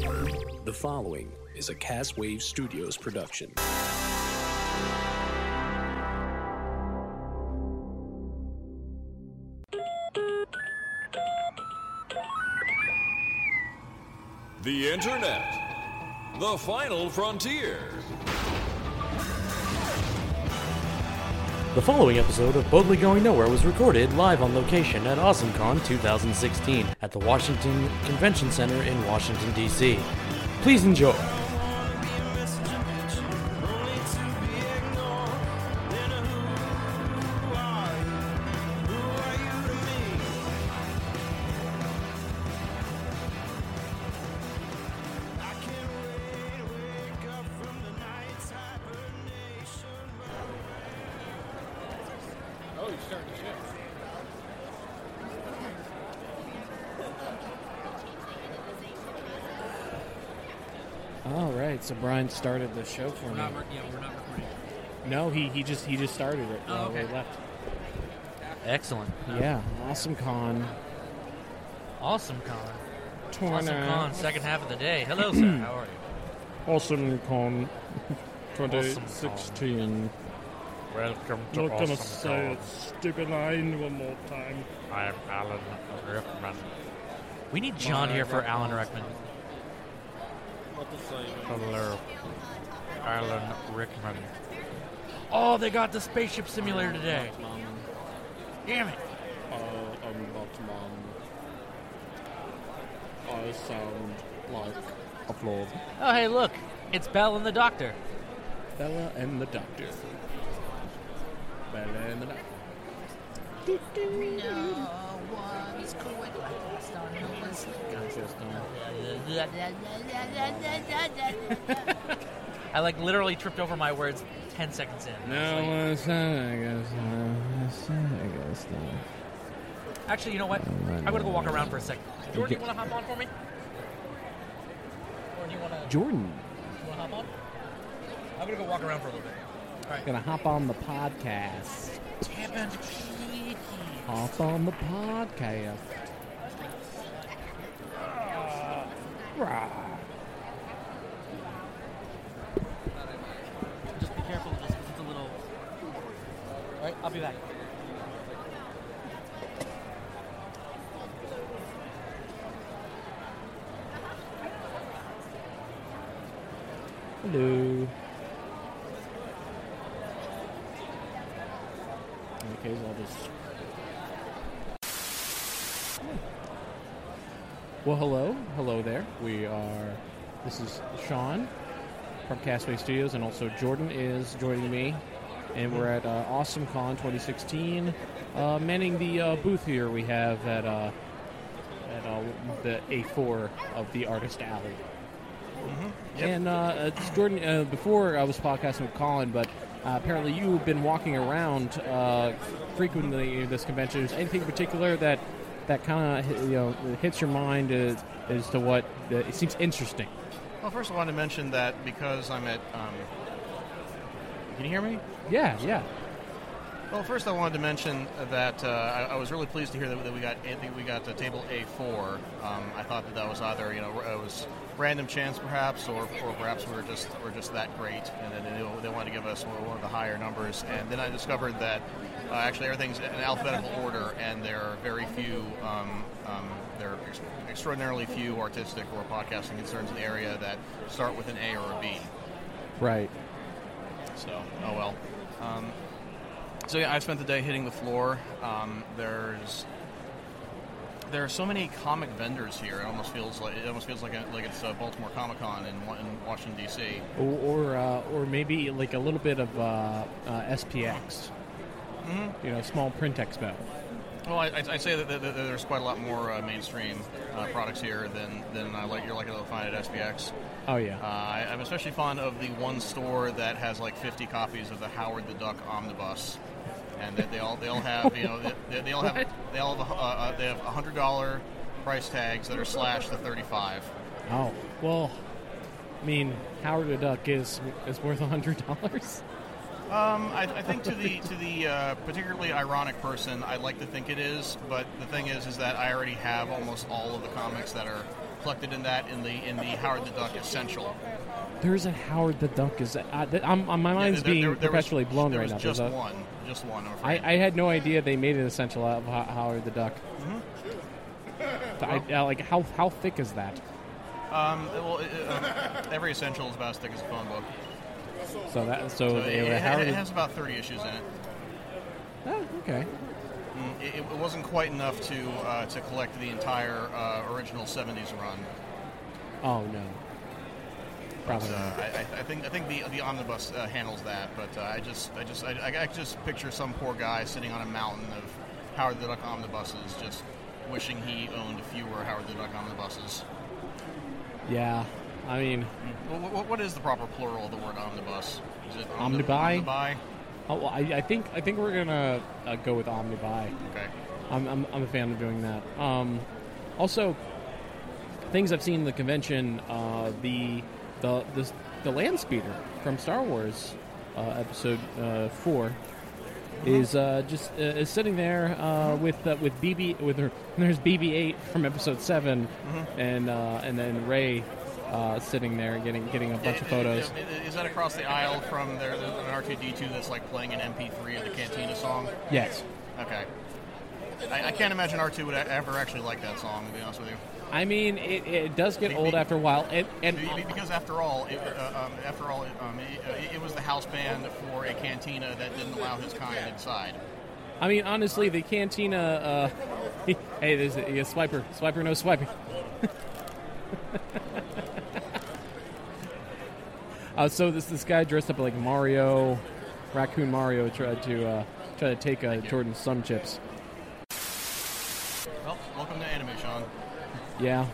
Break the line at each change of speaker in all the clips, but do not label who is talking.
The following is a Castwave Studios production.
The Internet. The Final Frontier.
The following episode of Boldly Going Nowhere was recorded live on location at AwesomeCon 2016 at the Washington Convention Center in Washington, D.C. Please enjoy.
Oh, you're starting to shift.
All right, so Brian started the show for
We're
me.
not, re- yeah, we're not recording.
No, he, he just he just started it.
Oh,
while
okay.
We left.
Excellent.
Yeah, awesome con.
Awesome con.
Torn
Awesome con,
out.
second half of the day. Hello, sir. How are you?
Awesome con.
Awesome
2016.
Welcome
Not gonna say it stupid line one more time.
I'm Alan Rickman. We need John here for Alan Rickman. Hello. Alan Rickman. Oh, they got the spaceship simulator today. Damn it.
Uh, I'm Batman. I sound like a flawed
Oh, hey, look. It's Belle and the Doctor.
Bella and the Doctor. Bella and the Doctor. Interesting.
I like literally tripped over my words 10 seconds in.
No, it's not. I guess not. It's not. I guess not.
Actually, you know what? I'm gonna go walk around for a second. Jordan, you wanna hop on for me? Or do you wanna,
Jordan,
you wanna hop on? I'm gonna go walk around for a little bit.
gonna hop on the podcast. Hop on the podcast. Rah.
Just be careful of this 'cause it's a little. Alright, I'll be back.
Hello. Okay, so I'll just. Well, hello, hello there. We are. This is Sean from Castaway Studios, and also Jordan is joining me, and we're at uh, AwesomeCon 2016. Uh, manning the uh, booth here, we have at uh, at uh, the A4 of the Artist Alley. And uh, uh, Jordan, uh, before I was podcasting with Colin, but uh, apparently you've been walking around uh, frequently at this convention. Is anything in particular that that kind of you know hits your mind as, as to what uh, it seems interesting?
Well, first I want to mention that because I'm at. Um, can you hear me?
Yeah, yeah.
Well, first I wanted to mention that uh, I, I was really pleased to hear that, that we got I think we got to table A4. Um, I thought that that was either you know it was random chance perhaps, or, or perhaps we were just we're just that great, and then they, they wanted to give us one of the higher numbers. And then I discovered that uh, actually everything's in alphabetical order, and there are very few. Um, um, there are ex- extraordinarily few artistic or podcasting concerns in the area that start with an A or a B.
Right.
So, oh well. Um, so yeah, I've spent the day hitting the floor. Um, there's there are so many comic vendors here. It almost feels like it almost feels like a, like it's uh, Baltimore Comic Con in, Wa- in Washington D.C.
Or or, uh, or maybe like a little bit of uh, uh, SPX. You know, small print expo.
Well, I, I'd I'd say that, that, that there's quite a lot more uh, mainstream uh, products here than than I like you're likely to find at SPX.
Oh yeah.
Uh, I, I'm especially fond of the one store that has like 50 copies of the Howard the Duck omnibus, and that they all they all have you know they, they all have they all have, uh, uh, they have hundred dollar price tags that are slashed to 35.
oh well. I mean, Howard the Duck is is worth a hundred dollars.
Um, I, I think to the to the uh, particularly ironic person, I'd like to think it is, but the thing is, is that I already have almost all of the comics that are reflected in that in the in the Howard the Duck Essential.
There's a Howard the Duck. Is uh, I, th- I'm, I'm- my mind's
Yeah, there-
being
there- there was-
perpetually blown
there
right
was
now.
Just
There's a-
one, just one. I'm
I,
afraid.
I had no idea they made an essential out of Ho- Howard the Duck.
Mm-hmm.
I, I- like how how thick is that?
Um, well, it- it, um, every essential is about as thick as a phone book.
So that so,
So it,
they were
it-
Howard.
it has about 30 issues in it.
oh, okay.
Mm, It, it wasn't quite enough to uh, to collect the entire uh, original 70s run.
Oh no. Probably
So
not.
I, I I think I think the the omnibus uh, handles that, but uh, I just I just I, I- I just picture some poor guy sitting on a mountain of Howard the Duck omnibuses, just wishing he owned fewer Howard the Duck omnibuses.
Yeah. I mean,
Well, what- what, what is the proper plural of the word omnibus? Is it omni-
Omnibuy?
Omnibuy.
oh, well, I, I think I think we're gonna uh, go with Omnibuy.
Okay.
I'm, I'm, I'm a fan of doing that. Um, also, things I've seen in the convention, uh, the, the the the land speeder from Star Wars uh, episode uh, four is uh, just uh, is sitting there uh, with uh, with BB with her. There's BB-8 from episode 7 and uh, and then Ray uh, sitting there getting getting a bunch of photos.
I- I- Is that across the aisle from there? There's an R2D2 that's like playing an MP3 of the Cantina song.
Yes.
Okay. I, I can't imagine R2 would e, ever actually like that song. To be honest with you.
I mean, it, it does get old after a while, and, and
Be- Because after all, it, uh, um, after all, it, um, it, uh, it was the house band for a cantina that didn't allow his kind inside.
I mean, honestly, the cantina. Uh, hey, there's a, yeah, swiper, swiper, no swiping. uh, so this this guy dressed up like Mario, raccoon Mario, tried to uh, try to take uh, Jordan's some chips.
Well, welcome to anime, Sean.
Yeah.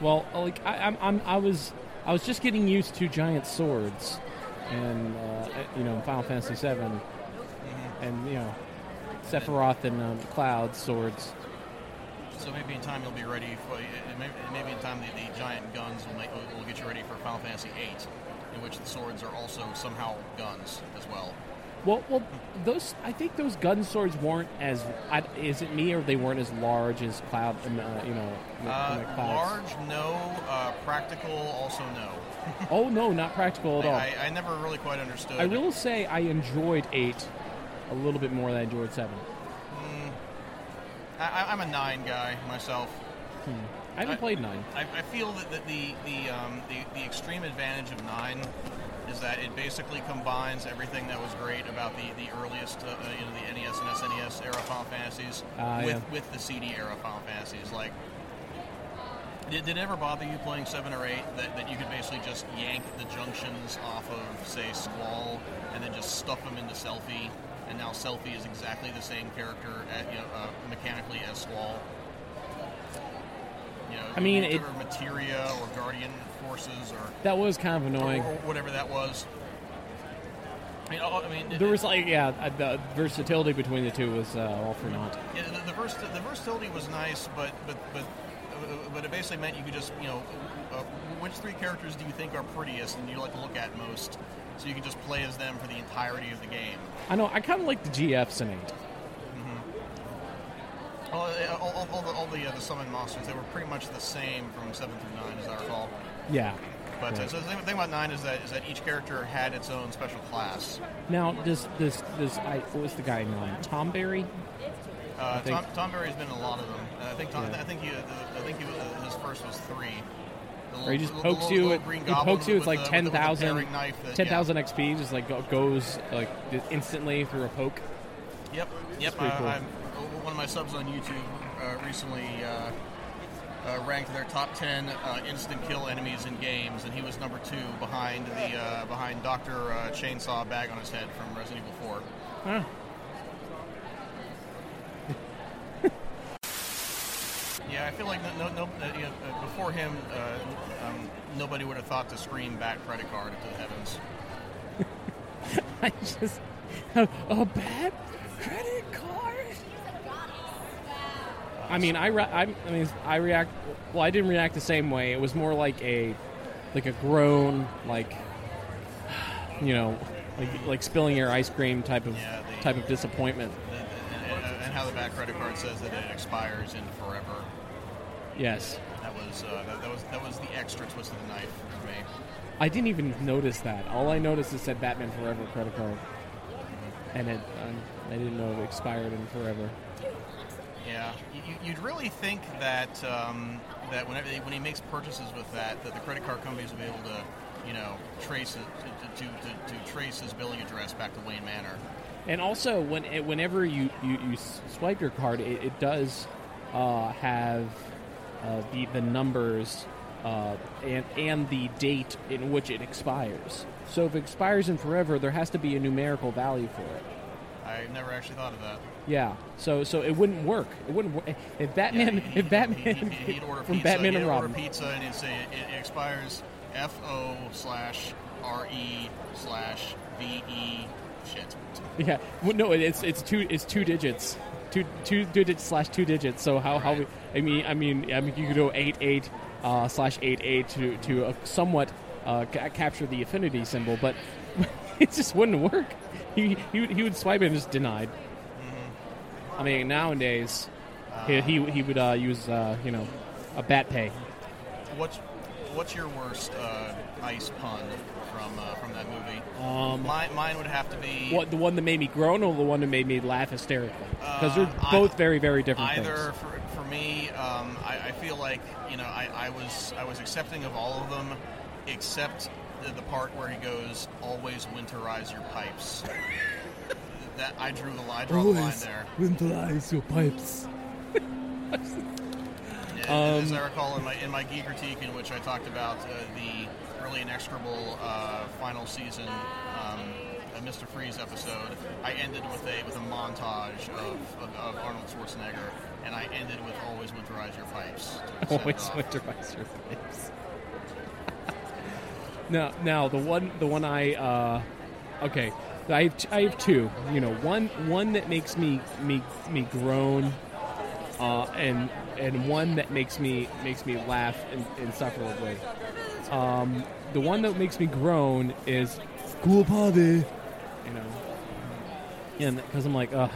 Well, uh, like I, I'm, I'm, I was, I was just getting used to giant swords, and uh, you know, Final Fantasy VII, and you know, Sephiroth and um, Cloud swords.
So maybe in time you'll be ready for. Maybe, maybe in time the, the giant guns will make will get you ready for Final Fantasy VIII, in which the swords are also somehow guns as well.
Well, well, those I think those gun swords weren't as. I, is it me or they weren't as large as cloud? Um, uh, you know, the-
Uh,
the clouds.
large, no. Uh, practical, also no.
Oh no, not practical at all.
I,
I,
I never really quite understood.
will say I enjoyed eight a little bit more than I enjoyed seven.
I, I- I'm a nine guy myself.
I haven't
I-
played nine.
I, I feel that that the the, um, the the extreme advantage of nine is that it basically combines everything that was great about the the earliest uh, uh, you know the NES and SNES era Final Fantasies
Ah,
with
yeah.
with the CD era Final Fantasies. Like, did, did it ever bother you playing seven or eight that, that you could basically just yank the junctions off of say Squall and then just stuff them into Selfie? And now Selfie is exactly the same character, at, you know, uh, mechanically as Squall. You know,
I mean,
whether
it-
Materia or Guardian Forces or,
That was kind of
or,
annoying.
or whatever that was. I mean, all- I mean
There was like yeah, uh, the versatility between the two was uh, all for naught.
yeah, the, the, vers- the versatility was nice, but but but uh, but it basically meant you could just you know uh, which three characters do you think are prettiest and you like to look at most, so you can just play as them for the entirety of the game.
I know I kind of like the GFs in eight.
All, all, all, all the all the, uh, the summon monsters they were pretty much the same from seven through nine, as I recall.
Yeah.
But uh, so the thing- the thing about nine is that is that each character had its own special class.
Now this this this I what was the guy in nine? Tom Berry.
Uh,
think-
Tom, Tom Berry's been in a lot of them. Uh, I think Tom,
Yeah.
I think he, I think he, uh, his first was three. The
Or he just
little-
pokes
the
you.
little
At,
green
he
goblin
pokes you. It's like
with the- with the- with the
10,000
paring knife that-
10,000 XP. Just like go- goes like just instantly through a poke.
yeah. Yep, yep.
pretty
uh,
cool.
I'm- one of my subs on YouTube uh, recently uh, uh, ranked their top ten uh, instant kill enemies in games, and he was number two behind the uh, behind Doctor uh, Chainsaw Bag on his head from Resident Evil Four. Yeah, I feel like no, no, no uh, you know, uh, before him, uh, um, nobody would have thought to scream back credit card into the heavens.
I just a bad credit card. I mean, I, re- I I mean, I react. Well, I didn't react the same way. It was more like a like a groan, like you know, like like spilling your ice cream type of
Yeah, the-
type of disappointment.
and, and- and how the back credit card says that it expires in forever.
Yes.
That was uh, that, that was that was the extra twist of the knife for me.
I didn't even notice that. All I noticed is said Batman Forever credit card, and it um, I didn't know it expired in forever.
Yeah, You- you- you'd really think that um, that whenever when he makes purchases with that, that the credit card companies would be able to, you know, trace it to, to, to, to trace his billing address back to Wayne Manor.
And also, when it, whenever you, you, you s- swipe your card, it, it does uh, have uh, the, the numbers uh, and, and the date in which it expires. So if it expires in forever, there has to be a numerical value for it.
I never actually thought of that.
Yeah. So so it wouldn't work. It wouldn't work. If
Yeah,
Batman,
he- he-
if Batman,
he- he- he'd order
from
pizza,
Batman
he'd
and
order
Robin.
pizza, and he'd say it, it expires F O slash R E slash V E shit.
Yeah. Well, no, it's it's two it's two digits, two two digits slash two digits. So how how we,
Right.
I mean I mean I mean you could go eight eight uh, slash eight eight to to uh, somewhat uh, ca- capture the affinity symbol, but it just wouldn't work. He he, would- he would swipe it and just denied.
Mm-hmm.
I mean nowadays he, he he would uh, use uh, you know a bat pay.
What's what's your worst uh, ice pun from uh, from that movie? Um, mine, mine would have to be
What the one that made me groan or the one that made me laugh hysterically? Because they're
Uh, I-
both very very different.
either
things.
for, for me. Um, I, I feel like you know I, I was I was accepting of all of them, except the, the part where he goes always winterize your pipes. that I drew the line, draw the line there.
winterize your pipes. Um,
As I recall in my in my geek critique, in which I talked about uh, the really inexorable uh, final season um, uh, Mr. Freeze episode, I ended with a with a montage of, of, of Arnold Schwarzenegger, and I ended with "Always winterize your pipes." to set it
always
off.
winterize your face. now, now the one, the one I, uh, okay, I have, t- I have two. You know, one, one that makes me, me, me groan, uh, and and one that makes me makes me laugh in, insufferably. Um, the one that makes me groan is cool party, you know, and because I'm like, ugh,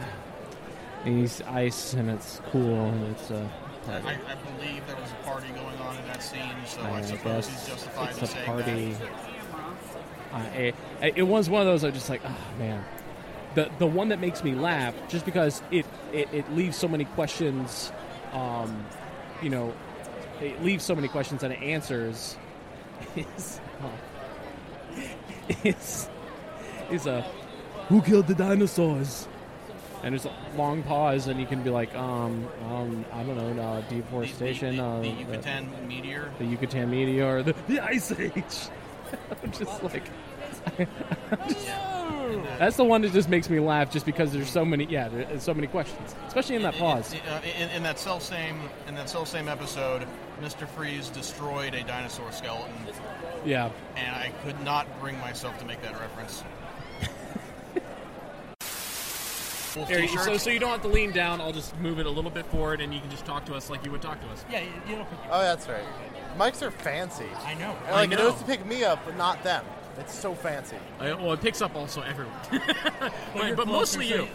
it's ice and it's cool and it's uh.
I, I believe there was a party going on in that scene, so
I
I,
mean, I
suppose
guess
he's justified
it's
in
a
saying
party.
that.
Uh, it, it was one of those I was just like, oh man. The the one that makes me laugh just because it it, it leaves so many questions, um, you know, it leaves so many questions and answers. Is uh, is is a who killed the dinosaurs? And there's a long pause, and you can be like, um, um I don't know, uh,
The- the-
deforestation,
the,
uh,
the
uh,
Yucatan meteor.
the Yucatan meteor, the, the Ice Age. I'm just like, that's the one that just makes me laugh, just because there's so many, yeah, there's so many questions, especially in that pause.
In, uh, in, in that self same in that self same episode, Mr. Freeze destroyed a dinosaur skeleton,
Yeah,
and I could not bring myself to make that reference. Wolf t-shirt.
so so you don't have to lean down. I'll just move it a little bit forward, and you can just talk to us like you would talk to us.
yeah, you- you know,
Oh, that's right. Mics are fancy.
I know.
And, like
I
it
know.
knows to pick me up, but not them. It's so fancy.
I, well, it picks up also everyone. but
closer,
mostly
so
you.
you-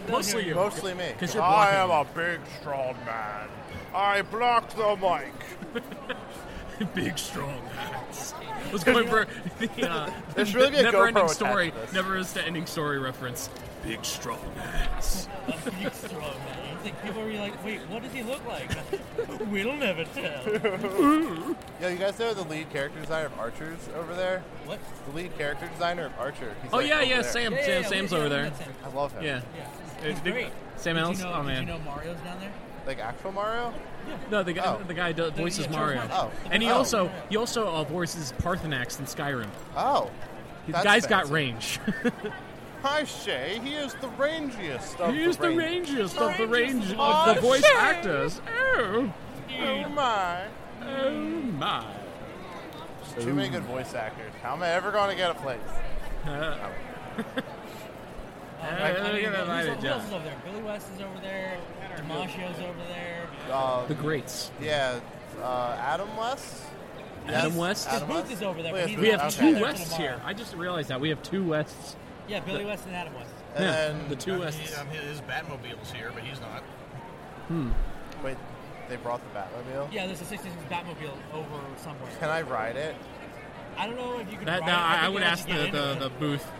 Mostly you.
Mostly me.
'Cause you're blocking
I am a big, strong man. I block the mic.
Big strong hats. I was going for the uh,
There should really be a
never
GoPro
ending
attached
story.
to this.
Never is the ending story reference. Big strong hats.
I think people were like, wait, what does he look like? we'll never tell.
Yo, you guys know the lead character designer of Archers over there?
What?
The lead character designer of Archer. He's
Oh
like,
yeah,
over
yeah.
there.
Sam,
Yeah, yeah,
Sam
yeah,
Sam's
we- yeah,
over
we
there.
met Sam.
I love him.
Yeah.
Yeah.
It's
He's
big-
great.
Sam
Did you
Ellis.
know-
Oh man.
Did you know Mario's down there?
Like actual Mario?
No, the guy,
Oh.
the guy do, voices
yeah, Charles
Mario,
Martin.
Oh.
and he
Oh.
also he also uh, voices Parthenax in Skyrim.
Oh.
The
That's
guy's got
fancy.
range.
Hi Shay, he is Oh, the rangiest of
He's the
range-
rangiest of the range
Oh,
of the voice
shit.
actors. Oh,
Oh my.
oh my!
There's too many good voice actors. How am I ever going to get a place?
Uh, look at that
Who's-
lighted
who
job.
else is over there? Billy West is over there. DiMaggio's over there.
Uh,
The greats.
yeah, uh, Adam West?
Adam
Yes,
West?
Adam
Booth
West?
is over there,
Wait,
but he's
We have
Okay.
two
Yeah.
Wests here. I just realized that we have two Wests.
Yeah, Billy West and Adam West.
And
Yeah,
then uh,
the two
um,
Wests.
he- um, his Batmobile's here, but he's not.
Wait, They brought the Batmobile.
Yeah, there's a 66 Batmobile over somewhere.
Can I ride it?
I don't know if you can.
That,
ride
now,
it.
I, I
think
would
they'll
ask
let
the,
you get
the,
into
the
it.
booth.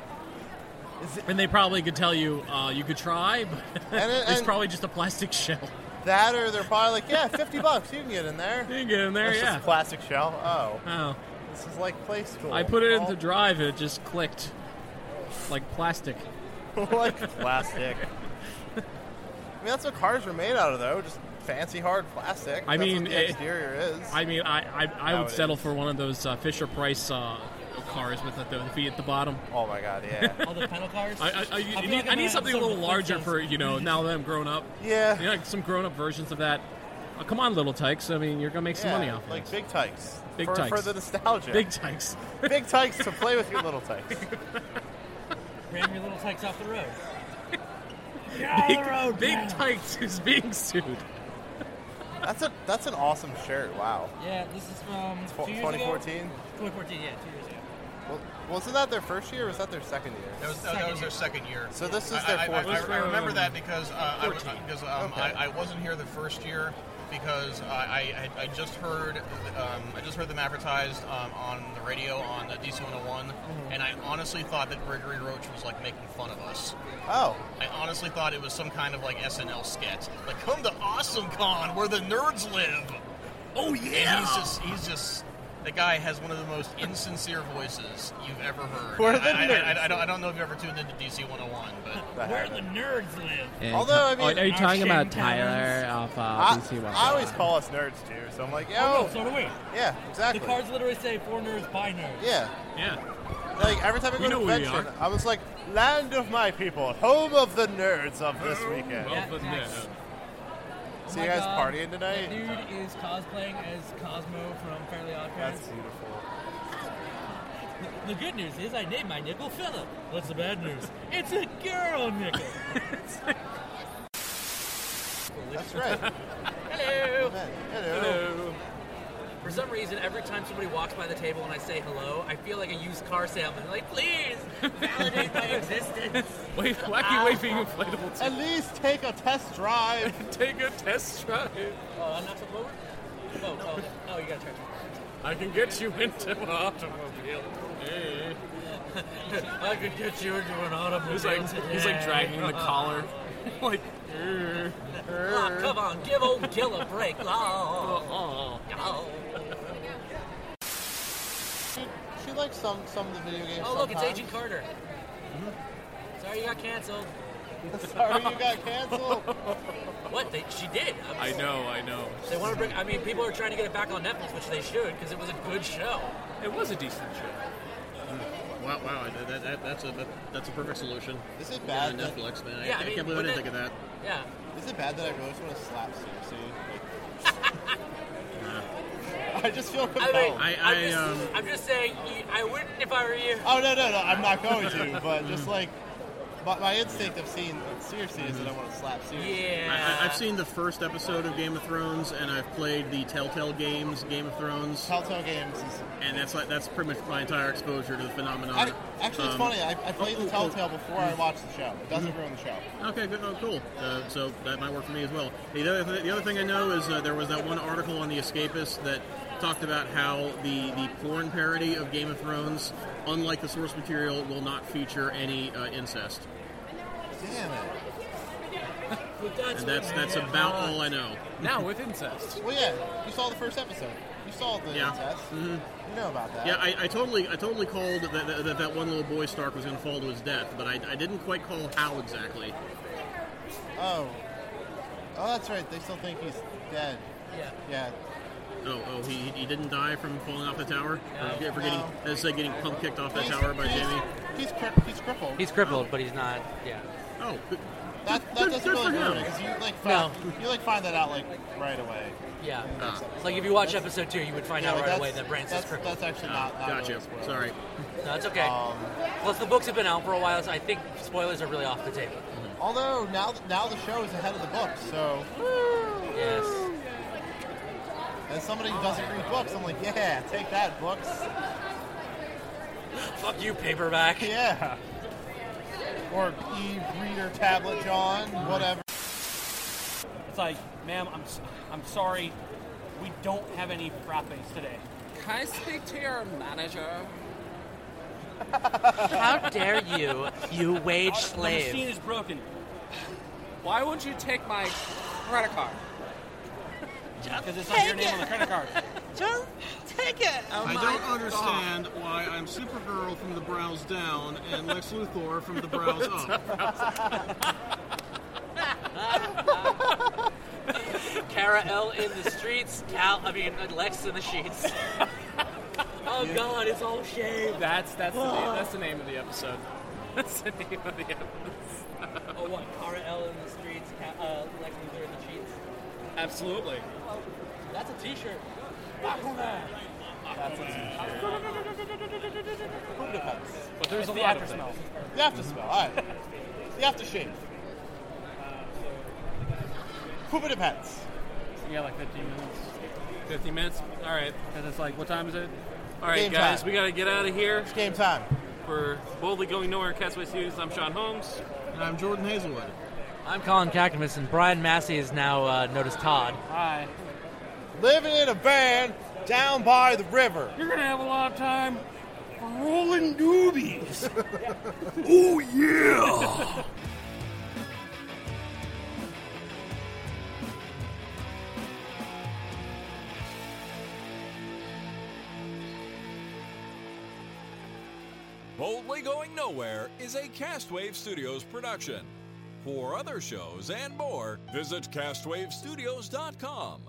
And they probably could tell you uh, you could try, but it's probably just a plastic shell.
That or they're probably like, yeah, fifty bucks. You can get in there.
You can get in there,
That's
yeah.
Just plastic shell. Oh.
Oh.
This is like play school.
I put it
Oh.
into drive and it just clicked. Like plastic.
like plastic. I mean, that's what cars are made out of, though. Just fancy hard plastic.
I
That's what
mean,
the
it-
exterior is.
I mean, I, I, I would
Nowadays.
settle for one of those uh, Fisher Price uh, cars with the, the feet at the bottom.
Oh my god,
All the pedal cars.
I, I, I, you
feel like
need, I
I'm
need
gonna
something a
have
little
some
larger
pictures.
for you know now that I'm grown up.
Yeah,
you know, like some grown up versions of that. Uh, come on, little tykes. I mean, you're gonna make some
Yeah,
money off
like
of
big tykes.
Big
for,
tykes.
for the nostalgia.
Big tykes.
big tykes to play with your little tykes.
Ram your little tykes off the road.
big, big tykes is being sued.
That's a that's an awesome shirt. Wow.
Yeah, this is from
It's fo-
two years
2014?
Ago? 2014, yeah, two years ago.
Well, wasn't that their first year? or Was that their second year?
That was, that was their second year.
So this is
I-
their
I- I-
fourth
I,
year.
I remember that because uh, I, was,
14.
because, um,
Okay.
I, I wasn't here the first year because uh, I, I, I just heard um, I just heard them advertised um, on the radio on the DC 101,
Mm-hmm.
and I honestly thought that Gregory Roach was like making fun of us.
Oh.
I honestly thought it was some kind of like SNL sketch. Like, come to Awesome Con where the nerds live.
Oh
yeah. he's just he's just the guy has one of the most insincere voices you've ever heard.
Where the
I, I- I- I
nerds
don't, I don't know if you ever tuned into DC 101, but
Where the nerds live.
Although, I mean,
are you
our
talking about
shin talons.
Tyler of uh,
I,
DC One?
I always call us nerds too, so I'm like, yo.
Oh, no, so do we.
Yeah, exactly.
The cards literally say for nerds by nerds.
Yeah.
Yeah.
Like every time
We
I go to
know
a
who we
convention,
are.
I was like, land of my people, home of the nerds of this
Oh,
weekend.
of the Yeah, nerds.
uh,
Oh
So
my
you guys
God,
partying
that
tonight?
dude is cosplaying as Cosmo from Fairly Odd Parents.
That's beautiful.
The good news is I named my nickel Philip. What's the bad news? It's a girl nickel.
That's right.
Hello.
Hello.
For some reason, every time somebody walks by the table and I say hello, I feel like a used car salesman. Like, please validate my existence.
Wait, wacky waving inflatable.
At least take a test drive.
Take a test drive.
Oh, I'm not supposed. Oh, oh, oh, you gotta turn.
I can get you into an automobile.
I could get you into an automobile.
He's like, he's like
today.
dragging the collar. like, "Err."
Ah, come on, give old Gil a break. Oh,
Oh,
oh.
She likes some some of the video games.
Oh, look, it's
sometimes.
Agent Carter.
Hmm?
Sorry you got canceled.
Sorry, you got canceled.
What? They, she did. I'm
I
just-
know, I know.
They want to bring. I mean, people are trying to get it back on Netflix, which they should, because it was a good show.
It was a decent show.
wow, wow, that, that, that's a that, that's a perfect solution.
Is it bad? That,
Netflix, man.
Yeah, I mean, wouldn't it-
that.
Yeah.
is it bad that I really just want to slap Cersei? Like, I just feel
I
compelled.
mean,
Oh.
I-
I,
I,
am just,
um,
I'm just saying, you- I wouldn't if I were you.
Oh no no no! I'm not going to. But just like, my, my instinct of seeing Cersei is that I want to slap Cersei.
Yeah.
seen the first episode of Game of Thrones, and I've played the Telltale games, Game of Thrones,
Telltale Games is
and that's like that's pretty much my entire exposure to the phenomenon. Um,
I, actually,
um,
it's funny. I, I played the Telltale before I watched the show. It doesn't ruin the show.
Okay, good, oh, cool. Uh, so that might work for me as well. The other, the other thing I know is uh, there was that one article on The Escapist that talked about how the, the porn parody of Game of Thrones, unlike the source material, will not feature any uh, incest.
Damn it.
But that's
And that's
what-
that's
yeah.
about all I know.
Now with incest.
Well, yeah. You saw the first episode. You saw the
Yeah.
test. You know about that.
Yeah, I, I totally I totally called that that, that that one little boy Stark was going to fall to his death, but I, I didn't quite call how exactly.
Oh. Oh, that's right. They still think he's dead.
Yeah.
Yeah.
Oh, oh, he, he didn't die from falling off the tower, or, for getting
No.
as I said, getting pump kicked off that tower by
he's,
Jamie.
He's, cri- he's crippled.
He's crippled, but he's not. Yeah.
Oh, good-
that that
good-
doesn't
good
really
for him.
ruin it because you like
No.
find, you like find that out like right away.
Yeah.
Ah.
It's like if you watch episode two, you would find out
like,
right
that's-
away that Branson's
that's,
crippled.
that's actually
Ah,
not. not
gotcha.
really spoiled.
Sorry.
No, it's okay.
Um,
Plus, the books have been out for a while, so I think spoilers are really off the table.
although now now the show is ahead of the book, so
Yes.
as somebody who doesn't read books, I'm like, yeah, take that books.
Fuck you, paperback.
Yeah. Or e-reader tablet, John, whatever.
It's like, ma'am, I'm s- I'm sorry, we don't have any frappes today.
Can I speak to your manager?
How dare you, you wage
The machine
slave.
is broken.
Why won't you take my credit card?
Because it's not your name on the credit card.
Just take it.
I don't understand why I'm Supergirl from the brows down and Lex Luthor from the brows up.
Cara L in the streets, Cal, I mean, Lex in the sheets. oh god, it's all shame.
That's that's the name, that's the name of the episode. That's the name of the episode.
Oh, what? Cara L in the streets, Cal, uh, Lex Luthor in the sheets?
Absolutely.
Well, that's a t shirt.
That's a
But there's
It's
a
the
lot of
after
things.
smell. The after smell, all right. The aftershave. Poop it in pants.
Yeah, like 15 minutes. 15 minutes? All right. And it's like, what time is it? All right,
Game
guys,
time.
we got to get out of here. It's
game time.
For Boldly Going Nowhere, Castaway Studios, I'm Sean Holmes.
And I'm Jordan Hazelwood.
I'm Colin Cactimus, and Brian Massey is now uh, noticed Todd.
Hi.
Living in a van down by the river.
You're going to have a lot of time for rolling
doobies. oh, yeah.
Boldly Going Nowhere is a Castwave Studios production. For other shows and more, visit castwavestudios.com.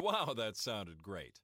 Wow, that sounded great.